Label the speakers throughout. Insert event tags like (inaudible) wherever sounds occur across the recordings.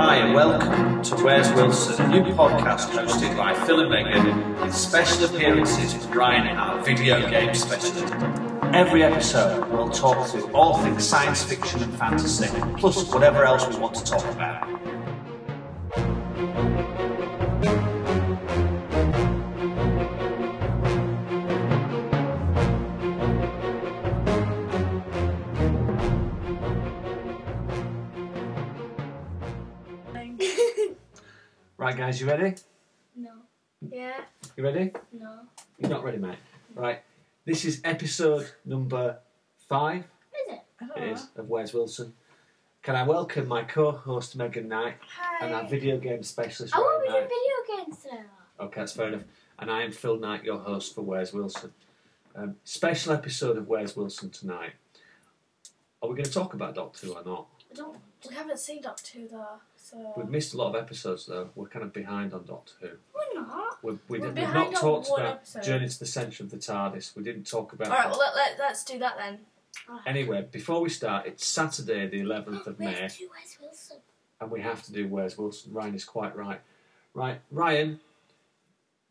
Speaker 1: welcome to Where's Wilson, a new podcast hosted by Phil and Megan with special appearances from Ryan, our video game specialist. Every episode, we'll talk through all things science fiction and fantasy, plus whatever else we want to talk about. Right, guys, you ready?
Speaker 2: No. Yeah.
Speaker 1: You ready?
Speaker 2: No.
Speaker 1: You're not ready, mate. Right, this is episode number five.
Speaker 2: Is it?
Speaker 1: It is of Where's Wilson. Can I welcome my co-host Megan Knight
Speaker 2: Hi.
Speaker 1: and our video game specialist
Speaker 2: I
Speaker 1: Ryan
Speaker 2: want to
Speaker 1: Knight?
Speaker 2: do video games now.
Speaker 1: Okay, that's fair enough. And I am Phil Knight, your host for Where's Wilson. Um, special episode of Where's Wilson tonight. Are we going to talk about Doctor Who or not?
Speaker 3: I don't. We haven't seen Doctor Who though, so
Speaker 1: We've missed a lot of episodes though. We're kind of behind on Doctor Who.
Speaker 2: We're not.
Speaker 1: We've, we
Speaker 3: We're
Speaker 1: did, we've
Speaker 3: behind
Speaker 1: not
Speaker 3: on
Speaker 1: talked
Speaker 3: one
Speaker 1: about
Speaker 3: episode.
Speaker 1: Journey to the Centre of the TARDIS. We didn't talk about.
Speaker 3: all right.
Speaker 1: that.
Speaker 3: Well, let, let, let's do that then.
Speaker 1: Anyway, before we start, it's Saturday the 11th of May,
Speaker 2: Where's Wes Wilson?
Speaker 1: and we have to do Where's Wilson. Ryan is quite right. Right, Ryan,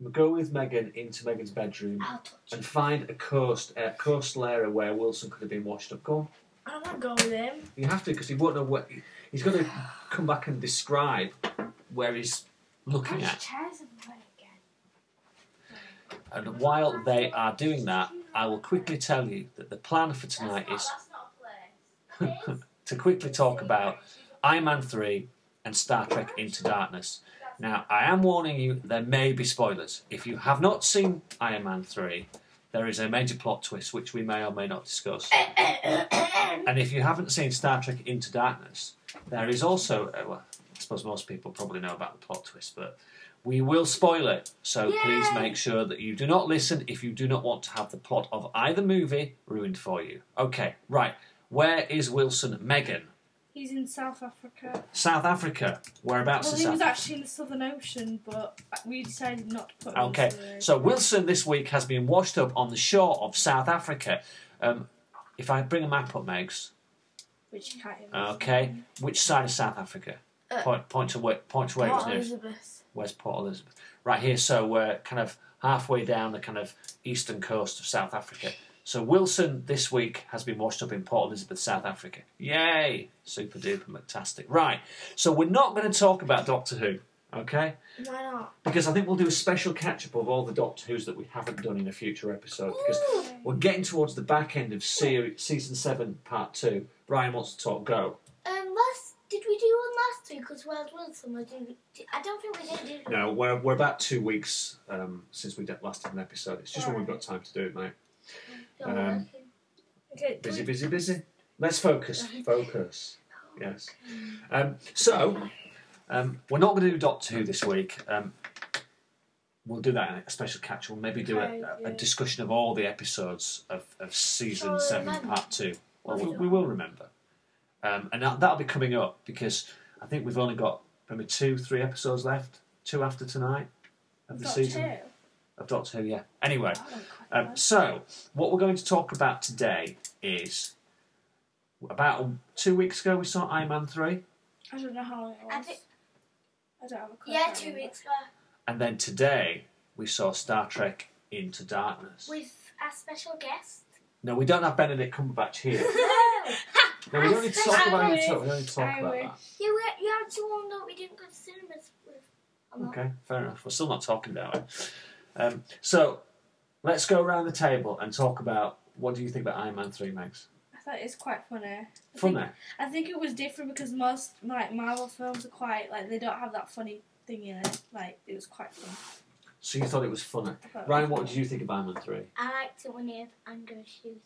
Speaker 1: we'll go with Megan into Megan's bedroom
Speaker 2: I'll touch
Speaker 1: and find a coast, a coastal area where Wilson could have been washed up. Go on.
Speaker 3: I don't want to go with him.
Speaker 1: You have to, because he won't know what. He's got to come back and describe where he's looking
Speaker 2: Punch
Speaker 1: at.
Speaker 2: chairs and play again.
Speaker 1: And while they are doing that, I will quickly tell you that the plan for tonight is (laughs) to quickly talk about Iron Man 3 and Star Trek Into Darkness. Now, I am warning you, there may be spoilers. If you have not seen Iron Man 3, there is a major plot twist which we may or may not discuss.
Speaker 2: Um,
Speaker 1: And if you haven't seen Star Trek Into Darkness, there is also, uh, well, I suppose most people probably know about the plot twist, but we will spoil it. So
Speaker 2: Yay!
Speaker 1: please make sure that you do not listen if you do not want to have the plot of either movie ruined for you. Okay, right. Where is Wilson Megan?
Speaker 4: He's in South Africa.
Speaker 1: South Africa. Whereabouts
Speaker 4: Well,
Speaker 1: is
Speaker 4: he was
Speaker 1: South Africa?
Speaker 4: actually in the Southern Ocean, but we decided not to put him
Speaker 1: Okay,
Speaker 4: in the
Speaker 1: so Wilson this week has been washed up on the shore of South Africa. Um, if I bring a map up, Megs,
Speaker 4: which you can't even
Speaker 1: Ah, okay, which side of South Africa?
Speaker 3: Uh,
Speaker 1: point, point to where, point to where it was
Speaker 3: Port
Speaker 1: nearest.
Speaker 3: Elizabeth.
Speaker 1: Where's Port Elizabeth? Right here, so we're kind of halfway down the kind of eastern coast of South Africa. So Wilson this week has been washed up in Port Elizabeth, South Africa. Yay! Super duper fantastic. Right, so we're not going to talk about Doctor Who, okay?
Speaker 3: Why not?
Speaker 1: because I think we'll do a special catch up of all the Doctor Who's that we haven't done in a future episode because we're getting towards the back end of series, season seven, part two. Brian wants to talk go.
Speaker 2: Um, last did we do one last week? Because Wes Wilson was in. I don't think we did. did we?
Speaker 1: No, we're, we're about two weeks um, since we did last did an episode. It's just when we've got time to do it, mate.
Speaker 2: Don't
Speaker 1: Um,
Speaker 2: work in-
Speaker 3: Okay.
Speaker 1: Busy, busy, busy. Let's focus, focus. Yes. Um, so, um, we're not going to do Doctor Who this week. Um, we'll do that in a special catch. We'll maybe do a,
Speaker 3: Okay,
Speaker 1: a- a
Speaker 3: yeah.
Speaker 1: discussion of all the episodes of, of season
Speaker 2: Shall we
Speaker 1: seven,
Speaker 2: remember?
Speaker 1: part two. Well, we, we will remember, um, and that, that'll be coming up because I think we've only got maybe two, three episodes left. Two after tonight of the
Speaker 4: Doctor
Speaker 1: season
Speaker 4: Who?
Speaker 1: of Doctor Who. Yeah. Anyway,
Speaker 4: I don't quite know.
Speaker 1: um, so, what we're going to talk about today is about two weeks ago we saw Iron Man 3,
Speaker 4: I don't know how long it was.
Speaker 2: I
Speaker 4: I,
Speaker 2: think-
Speaker 4: don't have a clue.
Speaker 2: Yeah,
Speaker 1: (laughs)
Speaker 2: two weeks ago
Speaker 1: and then today we saw Star Trek Into Darkness.
Speaker 2: with our special guest.
Speaker 1: (laughs) No, we don't have Benedict Cumberbatch here. No, we don't need to talk
Speaker 2: I
Speaker 1: about
Speaker 4: wish,
Speaker 1: it. We don't need to talk
Speaker 4: I
Speaker 1: about
Speaker 4: wish.
Speaker 1: that.
Speaker 2: You were, you had to warn that we didn't go to cinemas with. or not.
Speaker 1: Okay, fair enough. We're still not talking about it. Um, so, let's go around the table and talk about what do you think about Iron Man 3, Max?
Speaker 4: I thought it was quite funny. I
Speaker 1: Funny.
Speaker 4: Think, I think it was different because most like Marvel films are quite like they don't have that funny thing in it. Like it was quite fun.
Speaker 1: So you thought it was funny.
Speaker 4: I thought-
Speaker 1: Ryan, what did you think of Iron Man 3?
Speaker 2: I liked it when he had anger issues.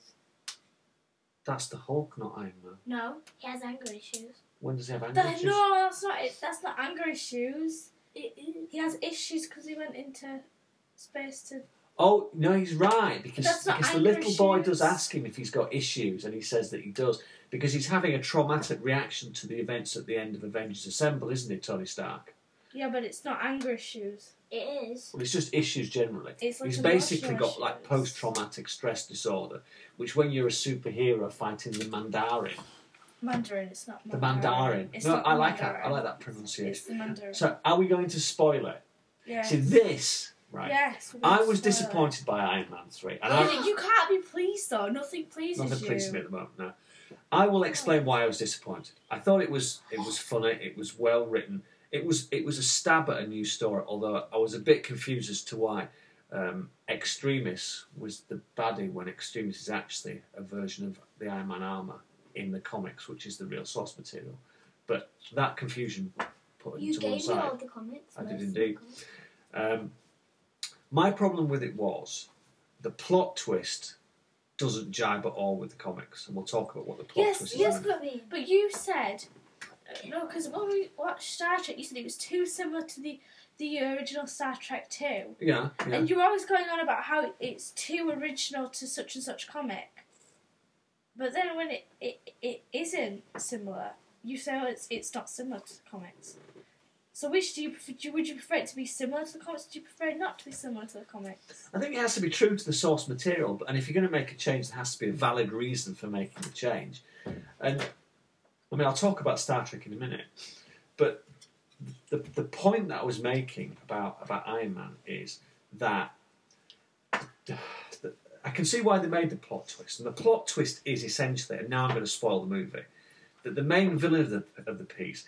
Speaker 1: That's the Hulk, not Iron Man.
Speaker 2: No, he has anger issues.
Speaker 1: When does he have anger
Speaker 4: That-
Speaker 1: issues?
Speaker 4: no, that's not it. That's not anger issues.
Speaker 2: It is.
Speaker 4: He has issues because he went into space to
Speaker 1: Oh no, he's right because
Speaker 4: That's not
Speaker 1: because the
Speaker 4: anger
Speaker 1: little boy
Speaker 4: issues.
Speaker 1: does ask him if he's got issues, and he says that he does because he's having a traumatic reaction to the events at the end of Avengers Assemble, isn't it, Tony Stark?
Speaker 4: Yeah, but it's not anger issues.
Speaker 2: It is.
Speaker 1: Well, it's just issues generally.
Speaker 4: It's like
Speaker 1: he's
Speaker 4: emotional
Speaker 1: basically got like
Speaker 4: issues.
Speaker 1: post-traumatic stress disorder, which when you're a superhero fighting the Mandarin,
Speaker 4: Mandarin. It's not
Speaker 1: The
Speaker 4: Mandarin.
Speaker 1: Mandarin.
Speaker 4: It's
Speaker 1: no,
Speaker 4: not
Speaker 1: I like that.
Speaker 4: Mandarin.
Speaker 1: I like that pronunciation.
Speaker 4: It's the Mandarin.
Speaker 1: So, are we going to spoil it?
Speaker 4: yeah.
Speaker 1: See this, right?
Speaker 4: Yes. we're
Speaker 1: I
Speaker 4: gonna
Speaker 1: was
Speaker 4: spoil it.
Speaker 1: disappointed by Iron Man three, and
Speaker 4: Yeah,
Speaker 1: I
Speaker 4: but you can't be pleased though. Nothing pleases
Speaker 1: nothing
Speaker 4: you.
Speaker 1: pleases me at the moment. No, I will explain why I was disappointed. I thought it was it was funny. It was well written. It was it was a stab at a new story. Although I was a bit confused as to why um, Extremis was the baddie when Extremis is actually a version of the Iron Man armor in the comics, which is the real source material. But that confusion put
Speaker 2: You
Speaker 1: into one
Speaker 2: gave me
Speaker 1: side.
Speaker 2: all the comments.
Speaker 1: I did
Speaker 2: most of
Speaker 1: indeed.
Speaker 2: the comments.
Speaker 1: Um, my problem with it was the plot twist doesn't jibe at all with the comics, and we'll talk about what the plot
Speaker 4: Yes,
Speaker 1: twist is.
Speaker 2: Yes,
Speaker 1: in.
Speaker 2: (laughs) Grubby.
Speaker 4: But you said uh, no, because when we watched Star Trek, you said it was too similar to the the original Star Trek two,
Speaker 1: yeah, yeah.
Speaker 4: and you were always going on about how it's too original to such and such comic. But then when it it, it isn't similar, you say oh, it's it's not similar to the comics. So which do you prefer, do you- would you prefer it to be similar to the comics? Do you prefer it not to be similar to the comics?
Speaker 1: I think it has to be true to the source material, but- and if you're going to make a change, there has to be a valid reason for making the change. And I mean, I'll talk about Star Trek in a minute, but the the point that I was making about about Iron Man is that that I can see why they made the plot twist, and the plot twist is essentially, and now I'm going to spoil the movie, that the main villain of the of the piece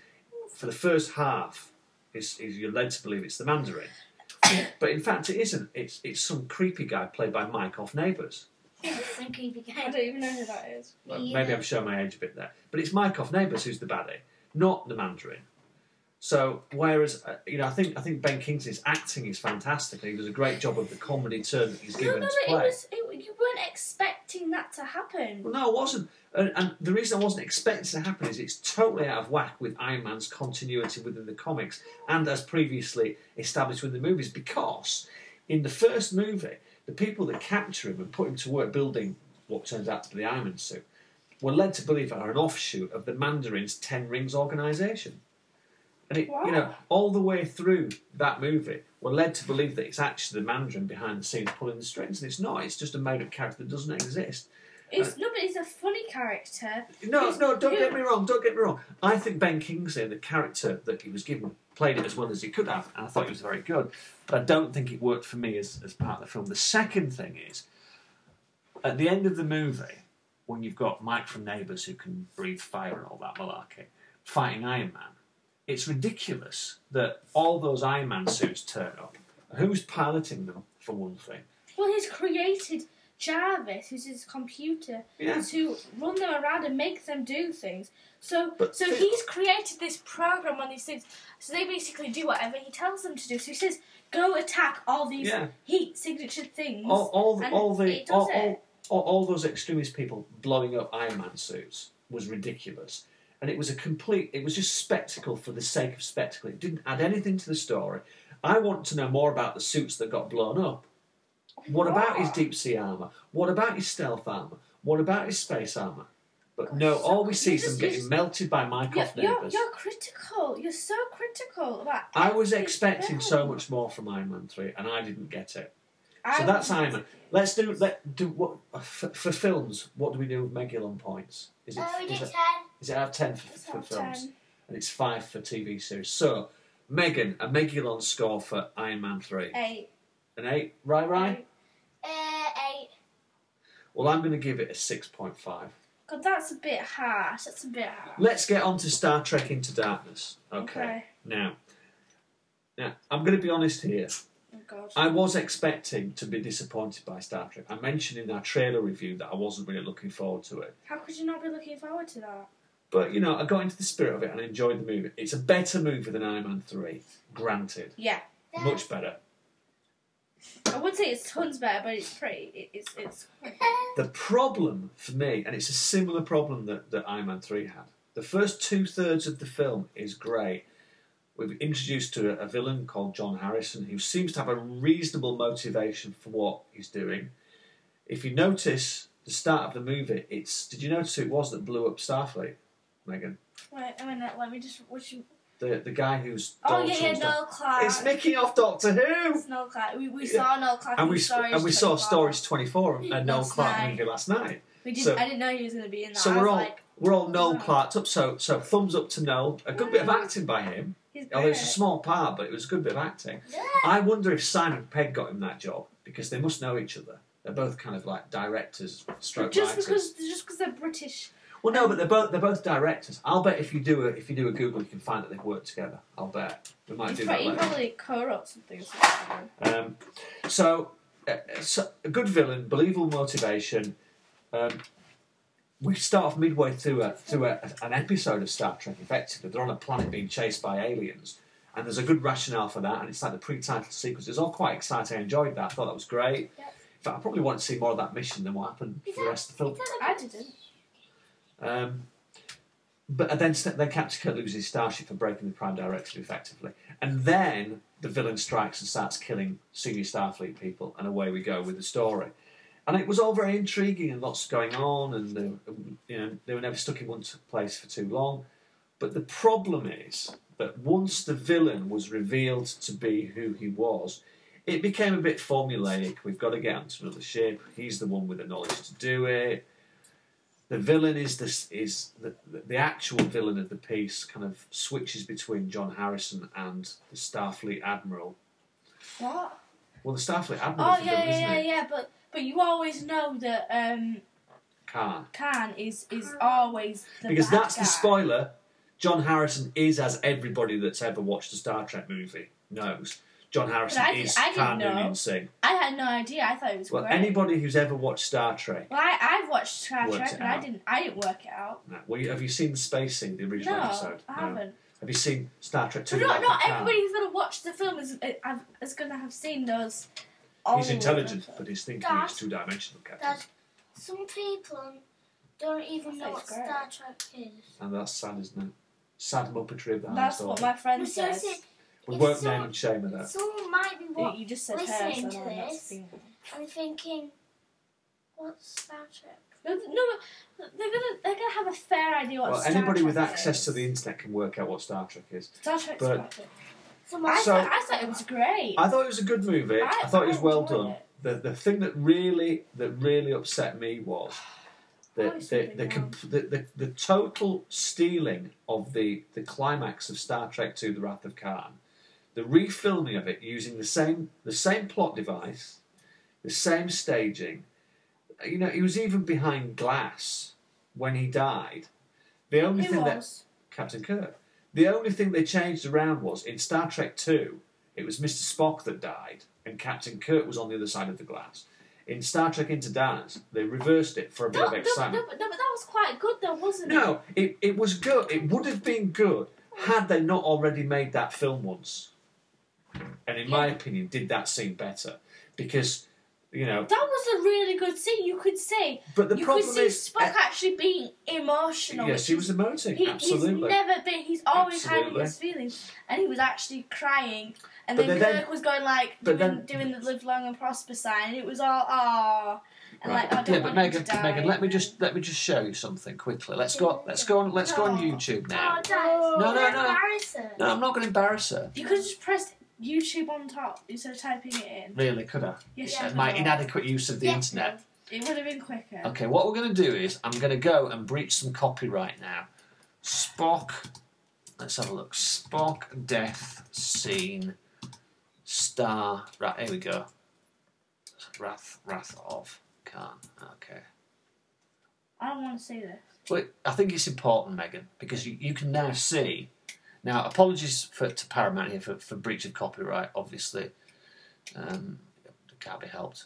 Speaker 1: for the first half is is you're led to believe it's the Mandarin. But in fact, it isn't. It's it's some creepy guy played by Mike off Neighbours.
Speaker 2: Some creepy guy.
Speaker 4: I don't even know who that
Speaker 1: (laughs)
Speaker 4: is.
Speaker 1: Well,
Speaker 2: Yeah.
Speaker 1: Maybe I'm showing my age a bit there, but it's Mike off Neighbours who's the baddie, not the Mandarin. So whereas uh, you know, I think I think Ben Kingsley's acting is fantastic. and He does a great job of the comedy turn that he's
Speaker 4: No,
Speaker 1: given
Speaker 4: no,
Speaker 1: to
Speaker 4: but it
Speaker 1: play.
Speaker 4: was it, you weren't expecting that to happen.
Speaker 1: Well, no, it wasn't. And, and the reason I wasn't expecting it to happen is it's totally out of whack with Iron Man's continuity within the comics and as previously established with the movies because in the first movie, the people that capture him and put him to work building what turns out to be the Iron Man suit were led to believe are an offshoot of the Mandarin's Ten Rings organisation. And it, you know,
Speaker 4: Wow.
Speaker 1: all the way through that movie, we're led to believe that it's actually the Mandarin behind the scenes pulling the strings, and it's not. It's just a made-up character that doesn't exist.
Speaker 4: It's no, but it's a funny character.
Speaker 1: No,
Speaker 4: He's-
Speaker 1: no, don't
Speaker 4: yeah.
Speaker 1: get me wrong, don't get me wrong. I think Ben Kingsley, the character that he was given, played it as well as he could have, and I thought he was very good. But I don't think it worked for me as, as part of the film. The second thing is, at the end of the movie, when you've got Mike from Neighbours who can breathe fire and all that malarkey, fighting Iron Man, it's ridiculous that all those Iron Man suits turn up. Who's piloting them, for one thing?
Speaker 4: Well, he's created Jarvis, who's his computer,
Speaker 1: Yeah.
Speaker 4: to run them around and make them do things. So,
Speaker 1: But
Speaker 4: so
Speaker 1: thi-
Speaker 4: he's created this program on these things. So they basically do whatever he tells them to do. So he says, "Go attack all these
Speaker 1: Yeah.
Speaker 4: heat signature things."
Speaker 1: all, all the,
Speaker 4: And
Speaker 1: all the
Speaker 4: it
Speaker 1: all,
Speaker 4: does it.
Speaker 1: all, all, all those extremist people blowing up Iron Man suits was ridiculous, and it was a complete. It was just spectacle for the sake of spectacle. It didn't add anything to the story. I want to know more about the suits that got blown up. What about his deep sea armor? What about his stealth armor? What about his space armor? But no, all we see is them
Speaker 4: just- you
Speaker 1: getting
Speaker 4: just-
Speaker 1: melted by Mike
Speaker 4: You're,
Speaker 1: off
Speaker 4: you're,
Speaker 1: neighbours.
Speaker 4: you're critical. You're so critical about.
Speaker 1: I was
Speaker 4: every
Speaker 1: expecting
Speaker 4: film.
Speaker 1: so much more from Iron Man three, and I didn't get it.
Speaker 4: I
Speaker 1: So that's
Speaker 4: was-
Speaker 1: Iron Man. Let's do let do what for, for films. What do we do with Megalon points? Is it
Speaker 2: Oh, we
Speaker 1: is
Speaker 2: did
Speaker 1: it,
Speaker 2: 10.
Speaker 1: is it out of ten for,
Speaker 4: It's
Speaker 1: for
Speaker 4: out of
Speaker 1: films,
Speaker 4: 10.
Speaker 1: and it's five for TV series. So Megan, a Megalon score for Iron Man three,
Speaker 4: Eight.
Speaker 1: an eight, right, right?
Speaker 2: Uh, 8.
Speaker 1: Well, I'm going to give it a six point five.
Speaker 4: God, that's a bit harsh. That's a bit harsh.
Speaker 1: Let's get on to Star Trek Into Darkness. Okay. Now, now I'm going to be honest here.
Speaker 4: Oh God.
Speaker 1: I was expecting to be disappointed by Star Trek. I mentioned in our trailer review that I wasn't really looking forward to it.
Speaker 4: How could you not be looking forward to that?
Speaker 1: But you know, I got into the spirit of it and I enjoyed the movie. It's a better movie than Iron Man Three, granted,
Speaker 4: Yeah,
Speaker 2: (laughs)
Speaker 1: much better.
Speaker 4: I would say it's tons better, but it's pretty. It, it's it's.
Speaker 1: The problem for me, and it's a similar problem that, that Iron Man Three had. The first two thirds of the film is great. We've introduced to a, a villain called John Harrison, who seems to have a reasonable motivation for what he's doing. If you notice the start of the movie, it's did you notice who it was that blew up Starfleet, Megan?
Speaker 4: Wait a minute. Let me just. What you?
Speaker 1: The the guy who's
Speaker 4: Oh
Speaker 1: Donald
Speaker 4: yeah, yeah.
Speaker 1: Trump's dad.
Speaker 4: Noel Clark.
Speaker 1: It's Mickey off Doctor Who.
Speaker 4: It's Noel Clark. We, we
Speaker 1: Yeah.
Speaker 4: saw Noel Clark.
Speaker 1: and
Speaker 4: in
Speaker 1: we
Speaker 4: Storage
Speaker 1: and we saw
Speaker 4: 24.
Speaker 1: Storage 24 and Noel
Speaker 4: Last
Speaker 1: Clark
Speaker 4: night.
Speaker 1: movie last night.
Speaker 4: We did.
Speaker 1: so-
Speaker 4: I didn't know he was going to be in that.
Speaker 1: so
Speaker 4: I
Speaker 1: we're
Speaker 4: was
Speaker 1: all
Speaker 4: like,
Speaker 1: We're all Noel Clarked up, so so thumbs up to Noel. A good bit of acting by him.
Speaker 4: He's
Speaker 1: Although it's a
Speaker 4: great.
Speaker 1: small part, but it was a good bit of acting. I wonder if Simon Pegg got him that job because they must know each other. They're both kind of like directors, stroke
Speaker 4: just
Speaker 1: writers.
Speaker 4: because just because they're British.
Speaker 1: Well, no, but they're both they're both directors. I'll bet if you do a if you do a Google, you can find that they've worked together. I'll bet we might
Speaker 4: He
Speaker 1: do that
Speaker 4: probably, he
Speaker 1: later.
Speaker 4: probably co-wrote something. Or something.
Speaker 1: Um, so, uh, so, a good villain, believable motivation. Um, we start off midway through a, through a, an episode of Star Trek. Effectively, they're on a planet being chased by aliens, and there's a good rationale for that. And it's like the pre-title sequence. It's all quite exciting. I enjoyed that. I thought that was great.
Speaker 2: Yeah.
Speaker 1: In fact, I probably want to see more of that mission than what happened
Speaker 2: Is
Speaker 1: for the
Speaker 2: that-
Speaker 1: rest of the film.
Speaker 4: I didn't.
Speaker 1: Um, but then st- then Captain Kirk loses his starship for breaking the Prime Directive effectively, and then the villain strikes and starts killing senior Starfleet people, and away we go with the story. And it was all very intriguing and lots going on, and they, you know they were never stuck in one t- place for too long. But the problem is that once the villain was revealed to be who he was, it became a bit formulaic. We've got to get onto another ship. He's the one with the knowledge to do it the villain is this is the, the actual villain of the piece kind of switches between John Harrison and the Starfleet Admiral.
Speaker 4: What?
Speaker 1: Well, the Starfleet Admiral
Speaker 4: Oh
Speaker 1: is the
Speaker 4: yeah,
Speaker 1: villain,
Speaker 4: yeah,
Speaker 1: isn't
Speaker 4: yeah,
Speaker 1: it?
Speaker 4: yeah. But but you always know that um,
Speaker 1: Khan.
Speaker 4: Khan is is always the
Speaker 1: Because
Speaker 4: bad
Speaker 1: that's
Speaker 4: guy.
Speaker 1: the spoiler. John Harrison is, as everybody that's ever watched a Star Trek movie knows, John Harrison
Speaker 4: I-
Speaker 1: is
Speaker 4: I didn't
Speaker 1: Khan
Speaker 4: know.
Speaker 1: Noonien Singh.
Speaker 4: I had no idea. I thought it was
Speaker 1: Well,
Speaker 4: great.
Speaker 1: anybody who's ever watched Star Trek,
Speaker 4: well, I, I've watched Star
Speaker 1: Worked
Speaker 4: Trek,
Speaker 1: it
Speaker 4: and I
Speaker 1: out.
Speaker 4: didn't. I didn't work it out.
Speaker 1: no. well, you- have you seen the Space Scene, the
Speaker 4: No,
Speaker 1: original episode?
Speaker 4: I haven't.
Speaker 1: Have you seen Star Trek Two?
Speaker 4: But not
Speaker 1: Without
Speaker 4: not
Speaker 1: Khan?
Speaker 4: everybody's gonna watch the film is uh, have- is gonna have seen those. all of
Speaker 1: He's
Speaker 4: them.
Speaker 1: intelligent, but his thinking is
Speaker 2: Dad.
Speaker 1: two dimensional, Captain.
Speaker 2: Dad, some people don't even know what
Speaker 4: That's great.
Speaker 2: Star Trek is.
Speaker 1: And that's sad, isn't it? Sad muppetry of the
Speaker 4: That's
Speaker 1: highest
Speaker 4: what
Speaker 1: order.
Speaker 4: my friend
Speaker 2: No,
Speaker 4: says. E-
Speaker 2: seriously,
Speaker 1: We
Speaker 2: it's
Speaker 1: won't
Speaker 2: so-
Speaker 1: name and shame of that.
Speaker 2: someone might be
Speaker 4: You-
Speaker 2: watching
Speaker 4: You just said her, so
Speaker 2: listening
Speaker 4: no,
Speaker 2: to
Speaker 4: one else
Speaker 2: this.
Speaker 4: thinking.
Speaker 2: and thinking, what's Star Trek?
Speaker 4: no, th- no, but they're gonna they're gonna have a fair idea what.
Speaker 1: Well,
Speaker 4: Star
Speaker 1: anybody
Speaker 4: Trek
Speaker 1: with access
Speaker 4: is.
Speaker 1: to the internet can work out what Star Trek is.
Speaker 4: Star Trek's
Speaker 1: but-
Speaker 4: perfect.
Speaker 2: Someone
Speaker 4: I,
Speaker 1: So-
Speaker 4: thought, I thought it was great.
Speaker 1: I thought it was a good movie. I,
Speaker 4: I-
Speaker 1: thought it was
Speaker 4: I
Speaker 1: well
Speaker 4: enjoyed
Speaker 1: done.
Speaker 4: it.
Speaker 1: The the thing that really that really upset me
Speaker 4: (sighs)
Speaker 1: was the
Speaker 4: Oh, it's
Speaker 1: the
Speaker 4: something
Speaker 1: the,
Speaker 4: wrong.
Speaker 1: comp- the, the, the total stealing of the, the climax of Star Trek II: The Wrath of Khan, the refilming of it using the same the same plot device, the same staging. You know, he was even behind glass when he died. The only
Speaker 4: Who
Speaker 1: thing that
Speaker 4: was?
Speaker 1: Captain Kirk. The only thing they changed around was in Star Trek Two, it was Mister Spock that died, and Captain Kirk was on the other side of the glass. In Star Trek Into Darkness, they reversed it for a bit
Speaker 4: No,
Speaker 1: of
Speaker 4: no,
Speaker 1: excitement.
Speaker 4: no, but, no, but that was quite good though, wasn't it?
Speaker 1: No, it, it was good. It would have been good had they not already made that film once. And in my opinion, did that scene better because you know.
Speaker 4: That was a really good scene. You could say
Speaker 1: But the
Speaker 4: you could
Speaker 1: problem
Speaker 4: see
Speaker 1: is, eh, uh,
Speaker 4: Spock actually being emotional.
Speaker 1: yes,
Speaker 4: which
Speaker 1: he
Speaker 4: is-
Speaker 1: was emoting.
Speaker 4: He, he's
Speaker 1: absolutely.
Speaker 4: never been. He's always
Speaker 1: Absolutely.
Speaker 4: hiding his feelings, and he was actually crying. And
Speaker 1: But
Speaker 4: then,
Speaker 1: then-
Speaker 4: Kirk was going like
Speaker 1: but
Speaker 4: doing,
Speaker 1: then-
Speaker 4: doing the live long and prosper sign, and it was all ah. And
Speaker 1: Right.
Speaker 4: like I don't
Speaker 1: yeah,
Speaker 4: want
Speaker 1: but
Speaker 4: him
Speaker 1: Megan,
Speaker 4: to die.
Speaker 1: Megan, let me just let me just show you something quickly. Let's go. Let's go on. Let's go on
Speaker 4: No.
Speaker 1: YouTube now.
Speaker 2: Oh, Dad,
Speaker 1: No, no,
Speaker 2: you're
Speaker 1: no.
Speaker 2: embarrassing.
Speaker 1: No, I'm not going to embarrass her.
Speaker 4: You could have just pressed YouTube on top instead of typing it in.
Speaker 1: Really, could I?
Speaker 4: Yes,
Speaker 2: Yeah,
Speaker 4: you
Speaker 1: Uh, my
Speaker 4: could've.
Speaker 1: inadequate use of the
Speaker 2: Yeah.
Speaker 1: internet.
Speaker 4: It would have been quicker.
Speaker 1: Okay, what we're going to do is I'm going to go and breach some copyright now. Spock. Let's have a look. Spock death scene. Star. Right, here we go. Wrath, Wrath of Khan. Okay.
Speaker 4: I don't want to see this.
Speaker 1: Well, I think it's important, Megan, because you, you can now see. Now, apologies for to Paramount here for, for breach of copyright. Obviously, um, it can't be helped.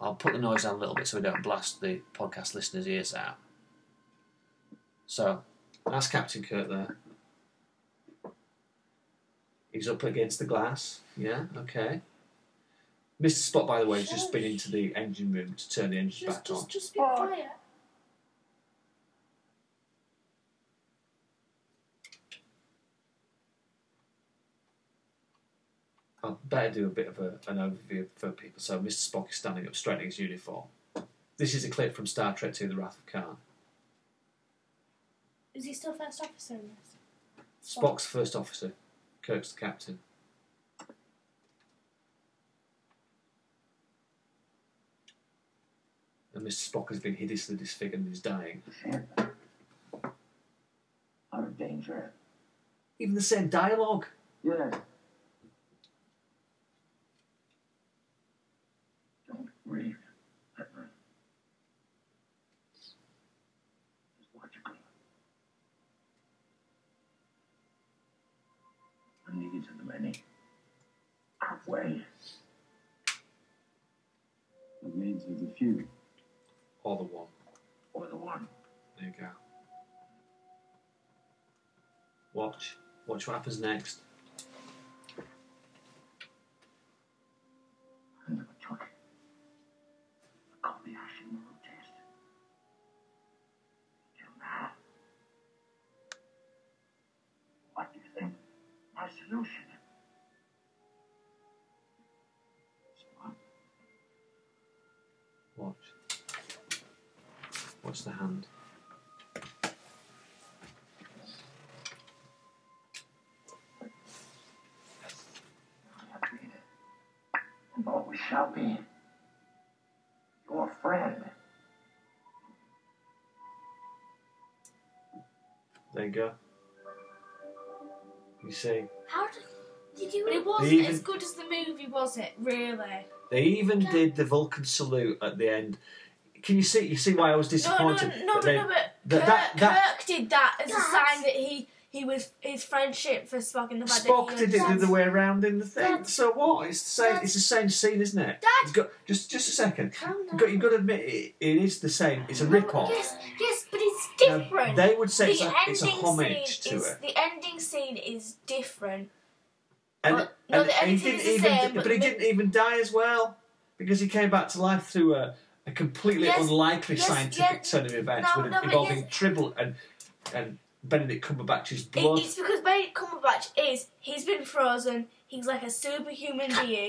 Speaker 1: I'll put the noise down a little bit so we don't blast the podcast listeners' ears out. So that's Captain Kirk there. He's up against the glass. Yeah. Okay. Mr. Spot, by the way, has just been into the engine room to turn the engines
Speaker 4: Just,
Speaker 1: back on.
Speaker 4: just, just be
Speaker 3: Oh.
Speaker 4: quiet.
Speaker 1: I'll better do a bit of a, an overview for people. So Mr. Spock is standing up straight in his uniform. This is a clip from Star Trek II: The Wrath of Khan.
Speaker 4: Is he still first officer in this?
Speaker 1: Spock's the first officer, Kirk's the captain. and Mr. Spock has been hideously disfigured and is dying.
Speaker 5: Out of danger.
Speaker 1: Even the same dialogue.
Speaker 5: Yes. Don't breathe. Just watch it go. I need to the many. Halfway. The needs of the few
Speaker 1: Or the one.
Speaker 5: or the one.
Speaker 1: There you go. Watch. Watch what happens next.
Speaker 5: I never took it. I call the ashen world test. Till now. What do you think my solution is? Smart.
Speaker 1: Watch. Watch the hand.
Speaker 5: I have been and always shall be your friend.
Speaker 1: There you go. You see.
Speaker 2: How did, did you?
Speaker 3: But it wasn't
Speaker 1: Even-
Speaker 3: as good as the movie, was it? Really?
Speaker 1: They even did the Vulcan salute at the end. Can you see? You see why I was
Speaker 3: No, no, no,
Speaker 1: disappointed. that
Speaker 3: no, no,
Speaker 1: they-
Speaker 3: no, but
Speaker 1: that-
Speaker 3: Kirk,
Speaker 1: that- that-
Speaker 3: Kirk did that as a
Speaker 2: Dad.
Speaker 3: sign that he he was his friendship for Spock and the fact
Speaker 1: Spock
Speaker 3: that he
Speaker 1: did it the
Speaker 3: understands-
Speaker 1: other way around in the thing.
Speaker 2: Dad.
Speaker 1: so what? It's the same. It's the same scene, isn't it?
Speaker 2: Dad.
Speaker 1: You've got, just just a second.
Speaker 2: Calm
Speaker 1: You've
Speaker 2: down.
Speaker 1: got, you've got to admit it, it is the same. It's a rip off.
Speaker 2: Yes, yes, but it's different.
Speaker 1: They would say it's
Speaker 3: The
Speaker 1: a, it's a
Speaker 3: ending
Speaker 1: homage
Speaker 3: scene
Speaker 1: to
Speaker 3: is
Speaker 1: it.
Speaker 3: the ending scene is different.
Speaker 1: And,
Speaker 3: Well, no,
Speaker 1: and,
Speaker 3: the
Speaker 1: and he
Speaker 3: ending
Speaker 1: didn't
Speaker 3: is the
Speaker 1: even,
Speaker 3: same,
Speaker 1: but,
Speaker 3: but
Speaker 1: he
Speaker 3: the-
Speaker 1: didn't even die as well because he came back to life through a, a completely
Speaker 3: Yes,
Speaker 1: unlikely
Speaker 3: yes,
Speaker 1: scientific
Speaker 3: yes.
Speaker 1: turn of events
Speaker 3: No,
Speaker 1: with
Speaker 3: no, but
Speaker 1: involving Tribble and and Benedict Cumberbatch's blood.
Speaker 3: It, it's because Benedict Cumberbatch is he's been frozen. He's like a superhuman being.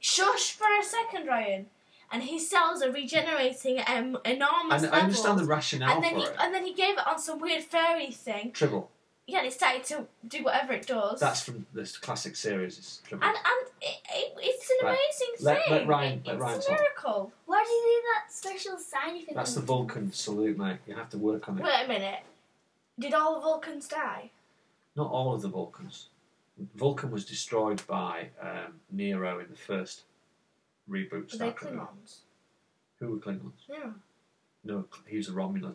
Speaker 3: Shush for a second, Ryan. And his cells are regenerating at um, enormous
Speaker 1: and I understand the
Speaker 3: levels.
Speaker 1: rationale
Speaker 3: and then
Speaker 1: for
Speaker 3: he uh,
Speaker 1: it.
Speaker 3: and then he gave it on some weird fairy thing.
Speaker 1: Tribble.
Speaker 3: Yeah, and it started to do whatever it does.
Speaker 1: That's from this classic series. It's Tribble.
Speaker 3: and and it, it, it's an
Speaker 1: Right.
Speaker 3: amazing
Speaker 1: Let-
Speaker 3: thing.
Speaker 1: let Ryan-
Speaker 3: It-
Speaker 1: let
Speaker 3: it's
Speaker 1: Ryan
Speaker 3: a
Speaker 1: talk.
Speaker 3: miracle.
Speaker 2: Why do you do that special sign thing?
Speaker 1: That's the Vulcan salute, mate. You have to work on it.
Speaker 3: Wait a minute. Did all the Vulcans die?
Speaker 1: Not all of the Vulcans. Vulcan was destroyed by um, Nero in the first reboot
Speaker 3: Were they
Speaker 1: Star Trek. movie.
Speaker 3: Klingons?
Speaker 1: Who were Klingons?
Speaker 3: Yeah.
Speaker 1: No, he was a Romulan.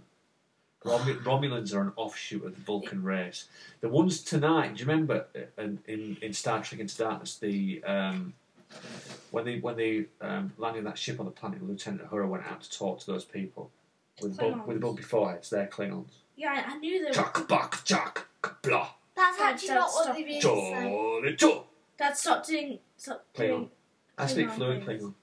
Speaker 1: Romu- Romulans are an offshoot of the Vulcan race. The ones tonight, do you remember uh, in, in, in Star Trek Into Darkness, the um, when they when they um, landed that ship on the planet, Lieutenant Uhura went out to talk to those people with bu-
Speaker 4: Klingons.
Speaker 1: with bumpy foreheads. They're Klingons.
Speaker 4: Yeah, I, I knew there was.
Speaker 1: Chuck, buck, chuck, blah,
Speaker 2: That's
Speaker 4: Dad,
Speaker 2: actually
Speaker 4: Dad,
Speaker 2: not what
Speaker 4: stop.
Speaker 2: they really say.
Speaker 1: jolly, jolly.
Speaker 4: Dad, stop doing. Stop
Speaker 1: Play
Speaker 4: doing.
Speaker 1: I speak
Speaker 4: Klingon
Speaker 1: fluent
Speaker 4: things.
Speaker 1: Klingon.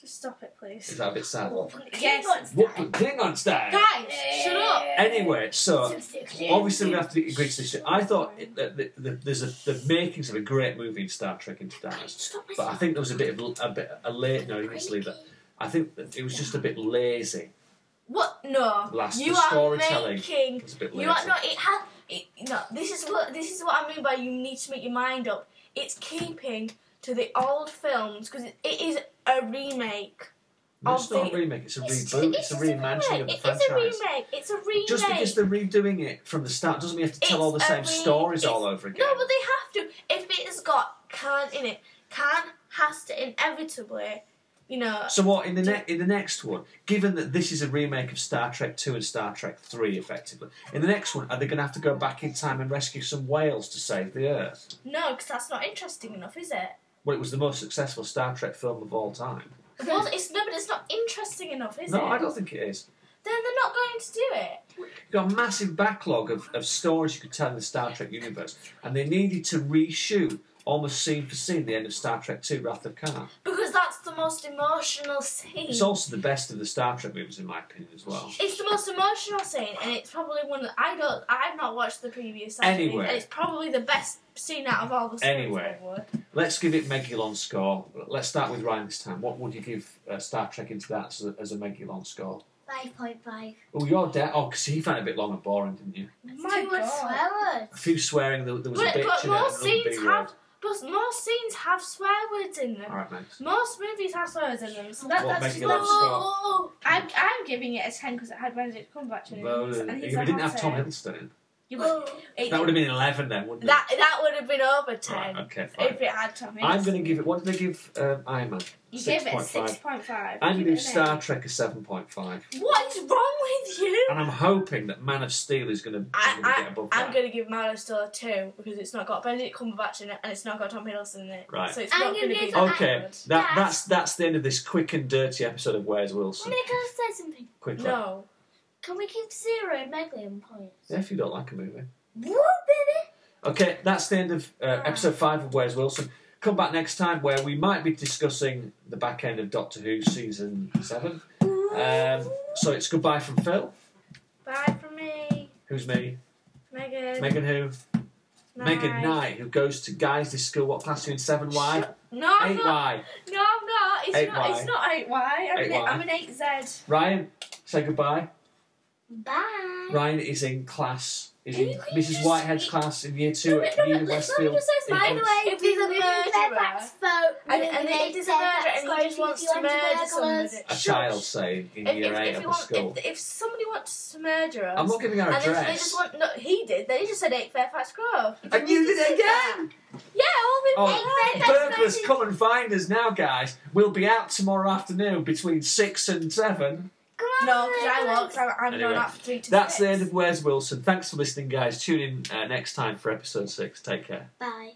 Speaker 4: Just stop it,
Speaker 1: Is
Speaker 4: please.
Speaker 1: that a bit sad?
Speaker 2: Well, but
Speaker 4: Yes.
Speaker 2: Klingons
Speaker 1: What
Speaker 2: die.
Speaker 1: the Klingon style?
Speaker 3: Guys, shut up.
Speaker 1: Anyway, so
Speaker 2: Since they're Klingons.
Speaker 1: obviously we have to agree to this. I thought it- that the, the, there's a, the makings of a great movie in Star Trek Into Darkness,
Speaker 2: Stop
Speaker 1: but I
Speaker 2: myself.
Speaker 1: think there was a bit of a bit a late. No, you can just leave that. I think that it was just a bit lazy.
Speaker 3: What? No.
Speaker 1: Last-
Speaker 3: you
Speaker 1: the
Speaker 3: are
Speaker 1: storytelling.
Speaker 3: making.
Speaker 1: It was a bit lazy.
Speaker 3: You are not. It has. It, no. This is what. This is what I mean by you need to make your mind up. It's keeping to the old films because it, it is a remake.
Speaker 1: No, it's not a
Speaker 3: the-
Speaker 1: remake. It's a
Speaker 3: It's-
Speaker 1: reboot. It's a
Speaker 3: just
Speaker 1: reimagining of the
Speaker 3: remake. It
Speaker 1: franchise.
Speaker 3: is a remake. It's a remake.
Speaker 1: Just because they're redoing it from the start doesn't mean you have to tell
Speaker 3: It's
Speaker 1: all the
Speaker 3: a
Speaker 1: same
Speaker 3: re-
Speaker 1: stories all
Speaker 3: it's-
Speaker 1: over again.
Speaker 3: No, but they have to. If it has got can in it, can has to inevitably, you know.
Speaker 1: So what in the ne- in the next one? Given that this is a remake of Star Trek Two and Star Trek Three, effectively, in the next one, are they going to have to go back in time and rescue some whales to save the Earth?
Speaker 3: No, because that's not interesting enough,
Speaker 1: (laughs)
Speaker 3: is it?
Speaker 1: Well, it was the most successful Star Trek film of all time.
Speaker 3: Well, it's no, but it's not interesting enough, is
Speaker 1: no,
Speaker 3: it?
Speaker 1: I don't think it is.
Speaker 3: Then they're not going to do it.
Speaker 1: You've got a massive backlog of, of stories you could tell in the Star Trek universe, and they needed to reshoot almost scene for scene the end of Star Trek Two: Wrath of Khan.
Speaker 3: Because that's the most emotional scene.
Speaker 1: It's also the best of the Star Trek movies, in my opinion, as well.
Speaker 3: it's the most emotional scene, and it's probably one that I don't. I've not watched the previous. Star Trek movies,
Speaker 1: Anyway.
Speaker 3: and it's probably the best scene out of all the. series,
Speaker 1: Anyway.
Speaker 3: I would.
Speaker 1: Let's give it Megulon score. Let's start with Ryan this time. What would you give uh, Star Trek into that as a, as a Megulon score?
Speaker 2: Five point five.
Speaker 1: Oh, you're dead. Oh, because he found it a bit long and boring, didn't you?
Speaker 4: My
Speaker 2: Two
Speaker 4: God.
Speaker 2: swear words.
Speaker 1: A few swearing, there, there was
Speaker 3: But,
Speaker 1: a bitch
Speaker 3: but
Speaker 1: in it. and
Speaker 3: most
Speaker 1: another
Speaker 3: scenes
Speaker 1: B word.
Speaker 3: have, but most scenes have swear words in them.
Speaker 1: All right, thanks.
Speaker 3: Most movies have swear words in them, so that,
Speaker 1: What
Speaker 3: that's
Speaker 1: makes
Speaker 3: just
Speaker 1: you like
Speaker 3: like,
Speaker 1: Scott?
Speaker 3: oh,
Speaker 4: I'm, I'm giving it a 10 because it had Benedict Cumberbatch in it.
Speaker 1: Well,
Speaker 4: and
Speaker 1: if
Speaker 4: he's
Speaker 1: we
Speaker 4: a
Speaker 1: didn't
Speaker 4: hot
Speaker 1: have Tom
Speaker 4: air.
Speaker 1: Hiddleston in.
Speaker 4: You would-
Speaker 3: Oh.
Speaker 4: it-
Speaker 1: That would have been 11 then, wouldn't it?
Speaker 3: That that would have been over ten.
Speaker 1: Right, okay, fine.
Speaker 4: if it had Tom Hiddleston.
Speaker 1: I'm going to give it. What did they give um, Iron Man?
Speaker 4: You gave it a
Speaker 1: 6.5.
Speaker 4: 6.5.
Speaker 1: I'm going
Speaker 4: Give
Speaker 1: to
Speaker 4: it
Speaker 1: give
Speaker 4: an
Speaker 1: Star Trek a 7.5.
Speaker 3: What is wrong with you?
Speaker 1: And I'm hoping that Man of Steel is going to,
Speaker 3: I-
Speaker 1: get above
Speaker 3: I'm
Speaker 1: that.
Speaker 3: going to give Man of Steel a two because it's not got Benedict Cumberbatch in it and it's not got Tom Hiddleston in it.
Speaker 1: Right. Oh,
Speaker 3: So it's
Speaker 2: I'm
Speaker 3: not
Speaker 2: gonna
Speaker 3: going to be.
Speaker 2: give
Speaker 3: that
Speaker 1: okay,
Speaker 3: good.
Speaker 1: that, that's that's the end of this quick and dirty episode of Where's Wilson?
Speaker 2: Nicholas said something.
Speaker 1: Quickly.
Speaker 3: No.
Speaker 2: Can we give zero Megalyn points?
Speaker 1: Yeah, if you don't like a movie.
Speaker 2: Woo, baby!
Speaker 1: Okay, that's the end of uh, episode five of Where's Wilson. Come back next time where we might be discussing the back end of Doctor Who season seven. Um, so it's goodbye from Phil.
Speaker 3: Bye from me,
Speaker 1: Who's me?
Speaker 3: Megan.
Speaker 1: Megan who? Megan Knight, who goes to guys this school. What class are you in? Seven Y,
Speaker 4: No, I'm
Speaker 1: eight
Speaker 4: not.
Speaker 1: Y.
Speaker 4: No, I'm not. It's not.
Speaker 1: 8Y.
Speaker 4: It's not 8Y. I'm, an,
Speaker 1: 8Y.
Speaker 4: I'm an 8Z.
Speaker 1: Ryan, say goodbye.
Speaker 2: Bye!
Speaker 1: Ryan is in class. Is
Speaker 4: Are
Speaker 1: in
Speaker 4: you gonna
Speaker 1: Mrs.
Speaker 4: just-
Speaker 1: Whitehead's class in year two at Communion Westfield. in
Speaker 3: by the
Speaker 1: Oxford.
Speaker 3: way,
Speaker 2: If
Speaker 3: if he's a
Speaker 2: you remove their
Speaker 3: murderer,
Speaker 2: back's vote,
Speaker 3: and-
Speaker 2: you
Speaker 3: and
Speaker 2: eliminate
Speaker 3: if he's a
Speaker 2: their
Speaker 3: murderer
Speaker 2: back's
Speaker 3: and he
Speaker 2: vote,
Speaker 3: just
Speaker 2: you
Speaker 3: wants
Speaker 2: do
Speaker 3: to murder somebody.
Speaker 2: anti-burglars.
Speaker 1: a
Speaker 3: Shush.
Speaker 1: child saying in
Speaker 3: If,
Speaker 1: year
Speaker 3: if,
Speaker 1: eight
Speaker 3: if,
Speaker 1: of
Speaker 3: you
Speaker 1: the
Speaker 3: want,
Speaker 1: school.
Speaker 3: if, if somebody wants to murder us,
Speaker 1: I'm not giving her a
Speaker 3: and they just, they
Speaker 1: dress.
Speaker 3: just want, no, he did. They just said eight Fairfax Grove.
Speaker 1: And you did it again!
Speaker 3: Yeah, all the
Speaker 1: Oh,
Speaker 3: eight Fairfax
Speaker 1: burglars,
Speaker 3: Grove.
Speaker 1: come and find us now, guys. We'll be out tomorrow afternoon between six and seven.
Speaker 3: No, because I won't. 'cause I'm, I'm
Speaker 1: Anyway,
Speaker 3: going up three to
Speaker 1: That's
Speaker 3: six.
Speaker 1: the end of Where's Wilson. Thanks for listening, guys. Tune in uh, next time for episode six. Take care.
Speaker 2: Bye.